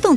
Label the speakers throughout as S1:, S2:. S1: 懂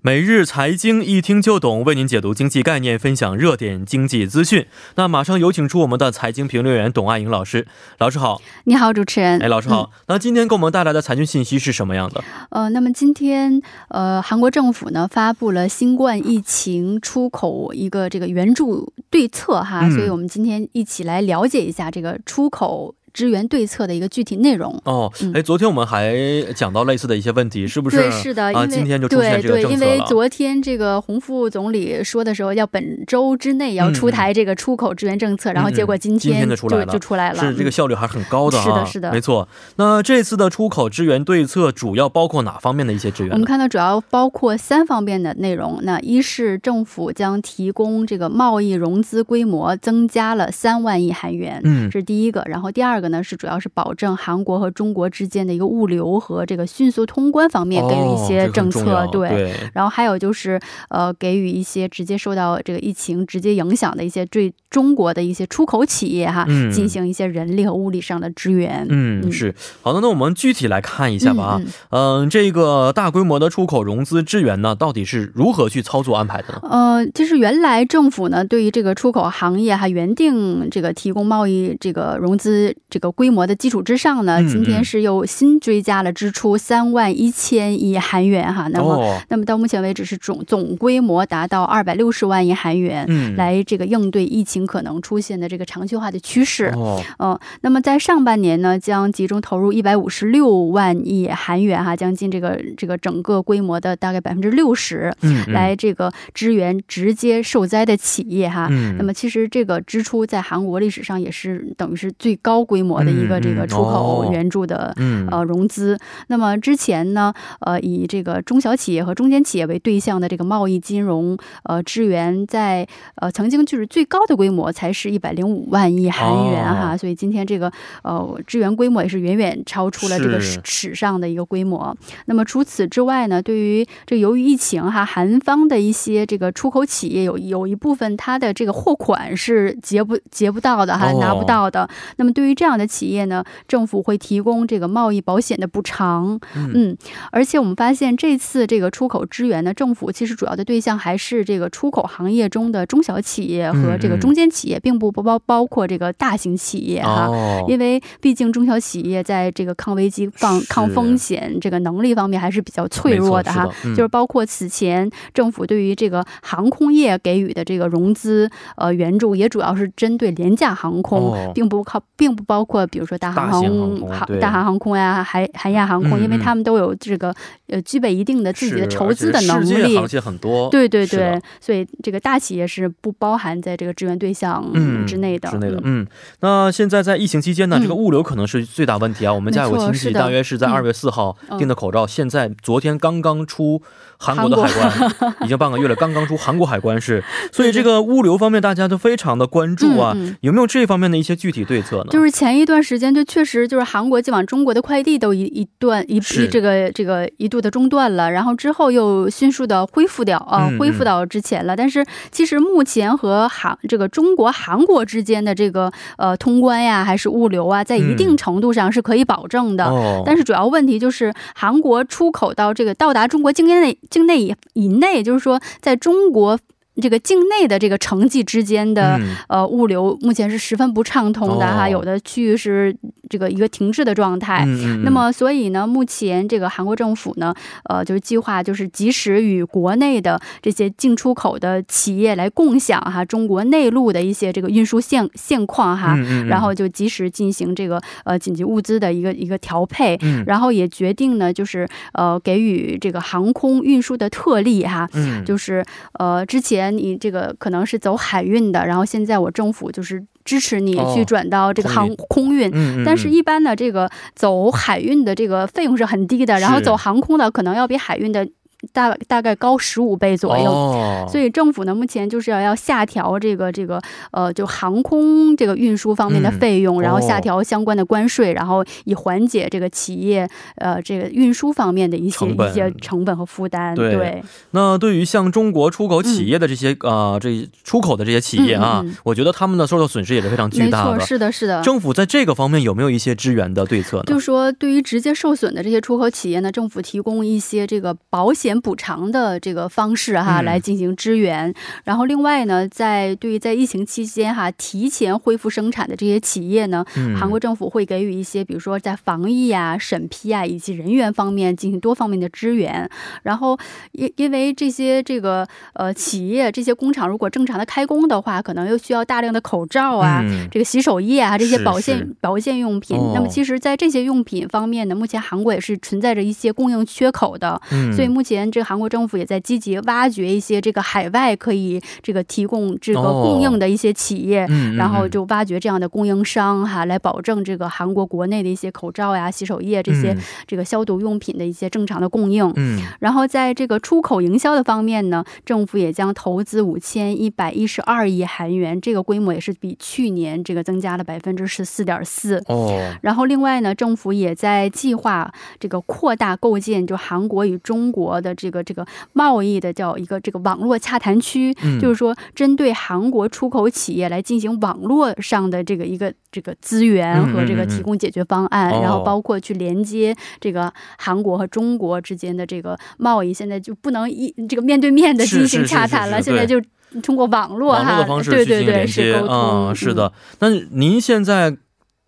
S2: 每日财经一听就懂，为您解读经济概念，分享热点经济资讯。那马上有请出我们的财经评论员董爱颖老师，老师好。
S3: 你好，主持人。
S2: 哎，老师好。
S3: 嗯
S2: 那今天给我们带来的财经信息是什么样的？
S3: 呃，那么今天，呃，韩国政府呢发布了新冠疫情出口一个这个援助对策哈，
S2: 嗯
S3: 所以我们今天一起来了解一下这个出口支援对策的一个具体内容。
S2: 哦，哎，昨天我们还讲到类似的一些问题，是不是？
S3: 嗯对，是的，因
S2: 啊，
S3: 为
S2: 今天就出现
S3: 对
S2: 这个
S3: 对，
S2: 政
S3: 因
S2: 策
S3: 为
S2: 了。
S3: 昨天这个洪副总理说的时候，要本周之
S2: 嗯
S3: 内要出台这个出口支援政策，然后结果今
S2: 今天
S3: 天
S2: 就
S3: 就
S2: 出来了
S3: 就出来了，
S2: 是这个
S3: 嗯
S2: 效率还是很高的、啊，
S3: 是的是的
S2: 没错。那这次的出口支援对策主要包括哪方面的一些支援啊呢
S3: 我们？看到主要包括三方面的内容。那一是政府将提供这个贸易融资规模增加了三万亿韩元。
S2: 嗯，
S3: 这是第一个，然后第二个呢是主要是保证韩国和中国之间的一个物流和这个迅速通关方面给予一
S2: 哦
S3: 些
S2: 这个
S3: 政
S2: 很重
S3: 策，
S2: 要
S3: 对。
S2: 对，
S3: 然后还有就是，呃，给予一些直接受到这个疫情直接影响的一些对中国的一些出口企业哈，
S2: 嗯
S3: 进行一些人力和物力上的支援。
S2: 嗯，
S3: 嗯
S2: 是好的。那我们具体来看一下吧啊
S3: 嗯，
S2: 嗯、这个大规模的出口融资支援呢，到底是如何去操作安排的呢？
S3: 呃，就是原来政府呢对于这个出口行业还原定这个提供贸易这个融资这个规模的基础之上呢，
S2: 嗯
S3: 今天是又新追加了支出三万一千亿韩元哈，那么、
S2: 哦，
S3: 那么到目前为止是总总规模达到二百六十万亿韩元。
S2: 嗯，
S3: 来这个应对疫情可能出现的这个长期化的趋势，
S2: 哦，
S3: 嗯，那么在上半年呢，将集中投入一百五十六万亿韩元哈，将近这个这个整个规模的大概百分之六十，
S2: 嗯，嗯
S3: 来，这个支援直接受灾的企业哈。
S2: 嗯，
S3: 啊那么其实这个支出在韩国历史上也是等于是最高规模的一个
S2: 嗯
S3: 这个
S2: 嗯
S3: 出口
S2: 哦
S3: 援助的。
S2: 嗯，
S3: 呃，融资。那么之前呢，呃，以这个中小企业和中间企业为对象的这个贸易金融呃支援在，呃曾经就是最高的规模才是一百零五万亿
S2: 哦
S3: 韩元哈、所以今天这个呃支援规模也是远远超出了这个
S2: 是
S3: 史史上的一个规模。那么除此之外呢，对于这个由于疫情哈，韩方的一些这个出口企业有有一部分它的这个货款是结不结不到的哈，
S2: 哦
S3: 拿不到的。那么对于这样的企业呢，政府会提供这个贸易保险的补偿。
S2: 嗯
S3: 而且我们发现这次这个出口支援呢，政府其实主要的对象还是这个出口行业中的中小企业和这个
S2: 嗯嗯
S3: 中间企业，并不包包括这个大型企业哈。
S2: 哦，
S3: 因为毕竟中小企业在这个抗危机、抗
S2: 是
S3: 抗风险这个能力方面还是比较脆弱的哈。
S2: 没错是的嗯
S3: 就是包括此前政府对于这个航空业给予的这个融资呃援助，也主要是针对廉价航空，
S2: 哦
S3: 并不靠，并不包括比如说大韩
S2: 大
S3: 航
S2: 型航空对
S3: 大韩航空呀、韩韩亚航空，
S2: 嗯
S3: 因为
S2: 嗯
S3: 他们都有这个呃具备一定的自己的
S2: 是
S3: 筹
S2: 而
S3: 资
S2: 且
S3: 的能
S2: 世界
S3: 力
S2: 行。业很多，
S3: 对对
S2: 是的
S3: 对，所以这个大企业是不包含在这个支援对象
S2: 嗯
S3: 之内的。
S2: 之类的
S3: 嗯，
S2: 嗯，那现在在疫情期间呢，
S3: 嗯
S2: 这个物流可能是最大问题啊。我们家有个
S3: 没错
S2: 亲
S3: 是
S2: 戚，
S3: 的
S2: 大约是在
S3: 嗯
S2: 二月四号
S3: 嗯
S2: 订的口罩，现在昨天刚刚出韩国的海关，已经半个月了，刚刚出韩国海关 是，所以这个物流方面大家都非常的关注啊
S3: 嗯嗯，
S2: 有没有这方面的一些具体对策呢？
S3: 就是前一段时间，就确实就是韩国寄往中国的快递都一一段一
S2: 是
S3: 一这个这个一度的中断了，然后之后又迅速的恢复掉啊、呃
S2: 嗯嗯
S3: 恢复到之前了。但是其实目前和韩这个中国韩国之间的这个呃通关呀，还是物流啊，在一定
S2: 嗯
S3: 程度上是可以保证的。
S2: 哦，
S3: 但是主要问题就是韩国出口到这个到达中国境内境内以以内，就是说在中国这个境内的这个城际之间的、
S2: 嗯
S3: 呃，物流目前是十分不畅通的哈，
S2: 哦
S3: 有的区域是这个一个停滞的状态。
S2: 嗯嗯，
S3: 那么，所以呢，目前这个韩国政府呢，呃，就是计划就是及时与国内的这些进出口的企业来共享哈中国内陆的一些这个运输现现况哈，
S2: 嗯，嗯嗯
S3: 然后就及时进行这个呃紧急物资的一个一个调配，
S2: 嗯
S3: 然后也决定呢就是呃给予这个航空运输的特例哈，
S2: 嗯
S3: 就是呃，之前你这个可能是走海运的，然后现在我政府就是支持你
S2: 哦
S3: 去转到这个
S2: 空
S3: 航
S2: 运
S3: 空运。
S2: 嗯嗯，
S3: 但是，
S2: 嗯
S3: 一般的这个走海运的这个费用是很低的，然后
S2: 是
S3: 走航空的可能要比海运的大大概高十五倍左右。
S2: 哦，
S3: 所以政府呢，目前就是要要下调这个这个呃，就航空这个运输方面的费用，
S2: 嗯
S3: 然后下
S2: 哦
S3: 调相关的关税，然后以缓解这个企业呃这个运输方面的一些
S2: 成本
S3: 一些成本和负担。
S2: 对那对于像中国出口企业的这些、呃这出口的这些企业啊、
S3: 嗯嗯嗯嗯
S2: 我觉得他们的受到损失也是非常巨
S3: 没
S2: 大的。
S3: 错，是的，是的。
S2: 政府在这个方面有没有一些支援的对策呢？
S3: 就是说，对于直接受损的这些出口企业呢，政府提供一些这个保险补偿的这个方式哈，
S2: 嗯
S3: 来进行支援。然后另外呢，在对于在疫情期间哈，提前恢复生产的这些企业呢，
S2: 嗯
S3: 韩国政府会给予一些，比如说在防疫啊、审批啊以及人员方面进行多方面的支援。然后因因为这些这个呃企业这些工厂如果正常的开工的话，可能又需要大量的口罩啊、
S2: 嗯
S3: 这个洗手液啊这些
S2: 是
S3: 保健
S2: 是
S3: 保健用品。
S2: 哦
S3: 那么其实，在这些用品方面呢，目前韩国也是存在着一些供应缺口的，
S2: 嗯
S3: 所以目前这个韩国政府也在积极挖掘一些这个海外可以这个提供这个
S2: 哦
S3: 供应的一些企业。
S2: 嗯嗯
S3: 然后
S2: 嗯
S3: 就挖掘这样的供应商哈，来保证这个韩国国内的一些口罩呀、洗手液这些、
S2: 嗯
S3: 这个消毒用品的一些正常的供应。
S2: 嗯
S3: 然后在这个出口营销的方面呢，政府也将投资五千一百一十二亿韩元，这个规模也是比去年这个增加了百分之十四点四。
S2: 哦
S3: 然后，另外呢，政府也在计划这个扩大构建就韩国与中国的这个这个贸易的叫一个这个网络洽谈区，
S2: 嗯
S3: 就是说针对韩国出口企业来进行网络上的这个一个这个资源和这
S2: 嗯
S3: 个
S2: 嗯嗯
S3: 提供解决方案，
S2: 哦
S3: 然后包括去连接这个韩国和中国之间的这个贸易，现在就不能一这个面对面的
S2: 是
S3: 进
S2: 是
S3: 行
S2: 是
S3: 洽
S2: 是
S3: 谈
S2: 是
S3: 了，现
S2: 对
S3: 在就通过网络
S2: 网络
S3: 哈
S2: 的方，式
S3: 对
S2: 去进
S3: 对
S2: 行
S3: 对，
S2: 连
S3: 是
S2: 接
S3: 沟通，
S2: 嗯，是
S3: 嗯
S2: 的。那您现在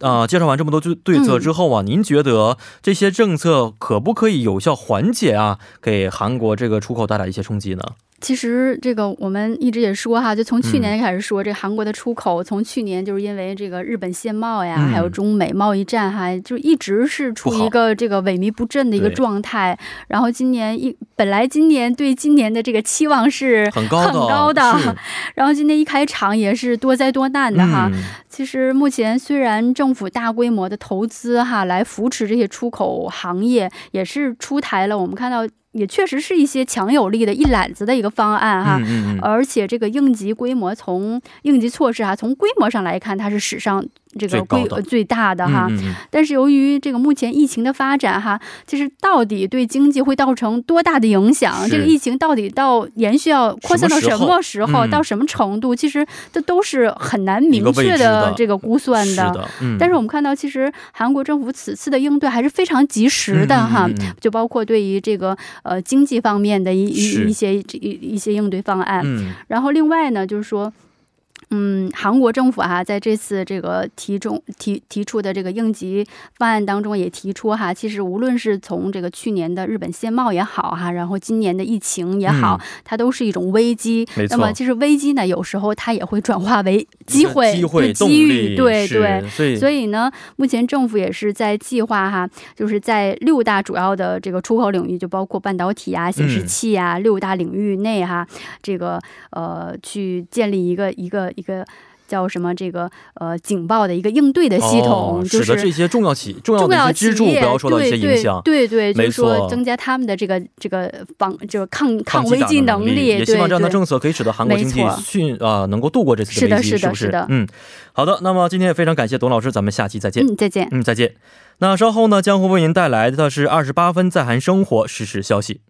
S2: 啊、呃介绍完这么多对对策之
S3: 嗯
S2: 后啊、您觉得这些政策可不可以有效缓解啊给韩国这个出口带来一些冲击呢？
S3: 其实这个我们一直也说哈，就从
S2: 嗯
S3: 去年开始说，这韩国的出口从去年就是因为这个日本限贸呀，
S2: 嗯
S3: 还有中美贸易战哈，就一直是处
S2: 不
S3: 于
S2: 好
S3: 一个这个萎靡不振的一个
S2: 对
S3: 状态。然后今年一本来今年对今年的这个期望是，
S2: 很高的，啊
S3: 很高的
S2: 是
S3: 然后今年一开场也是多灾多难的哈。
S2: 嗯
S3: 其实目前虽然政府大规模的投资哈来扶持这些出口行业，也是出台了我们看到也确实是一些强有力的一揽子的一个方案哈。
S2: 嗯嗯嗯，
S3: 而且这个应急规模从应急措施啊，从规模上来看，它是史上这
S2: 最
S3: 个
S2: 高
S3: 规
S2: 的
S3: 呃最大的哈。
S2: 嗯嗯嗯
S3: 但是由于这个目前疫情的发展哈，就是到底对经济会造成多大的影响？
S2: 是
S3: 这个疫情到底到延续到扩散到
S2: 什么时
S3: 什
S2: 候
S3: 么时候，
S2: 嗯
S3: 到什么程度？其实这都是很难
S2: 一个
S3: 明
S2: 未
S3: 确
S2: 知的
S3: 的这个估算
S2: 是的，嗯，
S3: 但是我们看到，其实韩国政府此次的应对还是非常及时的哈，
S2: 嗯嗯嗯嗯
S3: 就包括对于这个呃经济方面的一
S2: 是
S3: 一一些一一些应对方案。
S2: 嗯
S3: 然后另外呢，就是说。嗯，韩国政府哈、在这次这个提中提提出的这个应急方案当中，也提出哈、其实无论是从这个去年的日本限贸也好哈、然后今年的疫情也好，它都是一种危机
S2: 嗯没。
S3: 那么
S2: 错
S3: 其实危机呢，有时候它也会转化为机会、
S2: 机会、
S3: 对
S2: 动
S3: 机遇，
S2: 力，
S3: 对
S2: 是
S3: 对。，
S2: 所以
S3: 所以呢，目前政府也是在计划哈，就是在六大主要的这个出口领域，就包括半导体啊、显示器啊、
S2: 嗯
S3: 六大领域内哈，这个呃，去建立一个一个一个叫什么这个呃警报的一个应对的系统，
S2: 哦、
S3: 就
S2: 使得这
S3: 是。
S2: 些重要企重要
S3: 重
S2: 的一
S3: 要
S2: 些
S3: 企
S2: 支
S3: 业
S2: 柱不要受到一些影响。
S3: 对对对对，
S2: 没
S3: 就是说
S2: 错
S3: 增加他们的这个这个防就是抗抗
S2: 击
S3: 危
S2: 打
S3: 机
S2: 的
S3: 能
S2: 力，也希
S3: 对
S2: 望这样的
S3: 对。
S2: 政策可以使得韩国
S3: 没
S2: 经济
S3: 错
S2: 迅啊、能够度过这次
S3: 是的
S2: 危机，
S3: 是的
S2: 不是？
S3: 是的
S2: 嗯，好的，那么今天也非常感谢董老师，咱们下期再见。
S3: 嗯，再见。
S2: 嗯，再见。那稍后呢，将会为您带来的是二十八分在韩生活实时消息。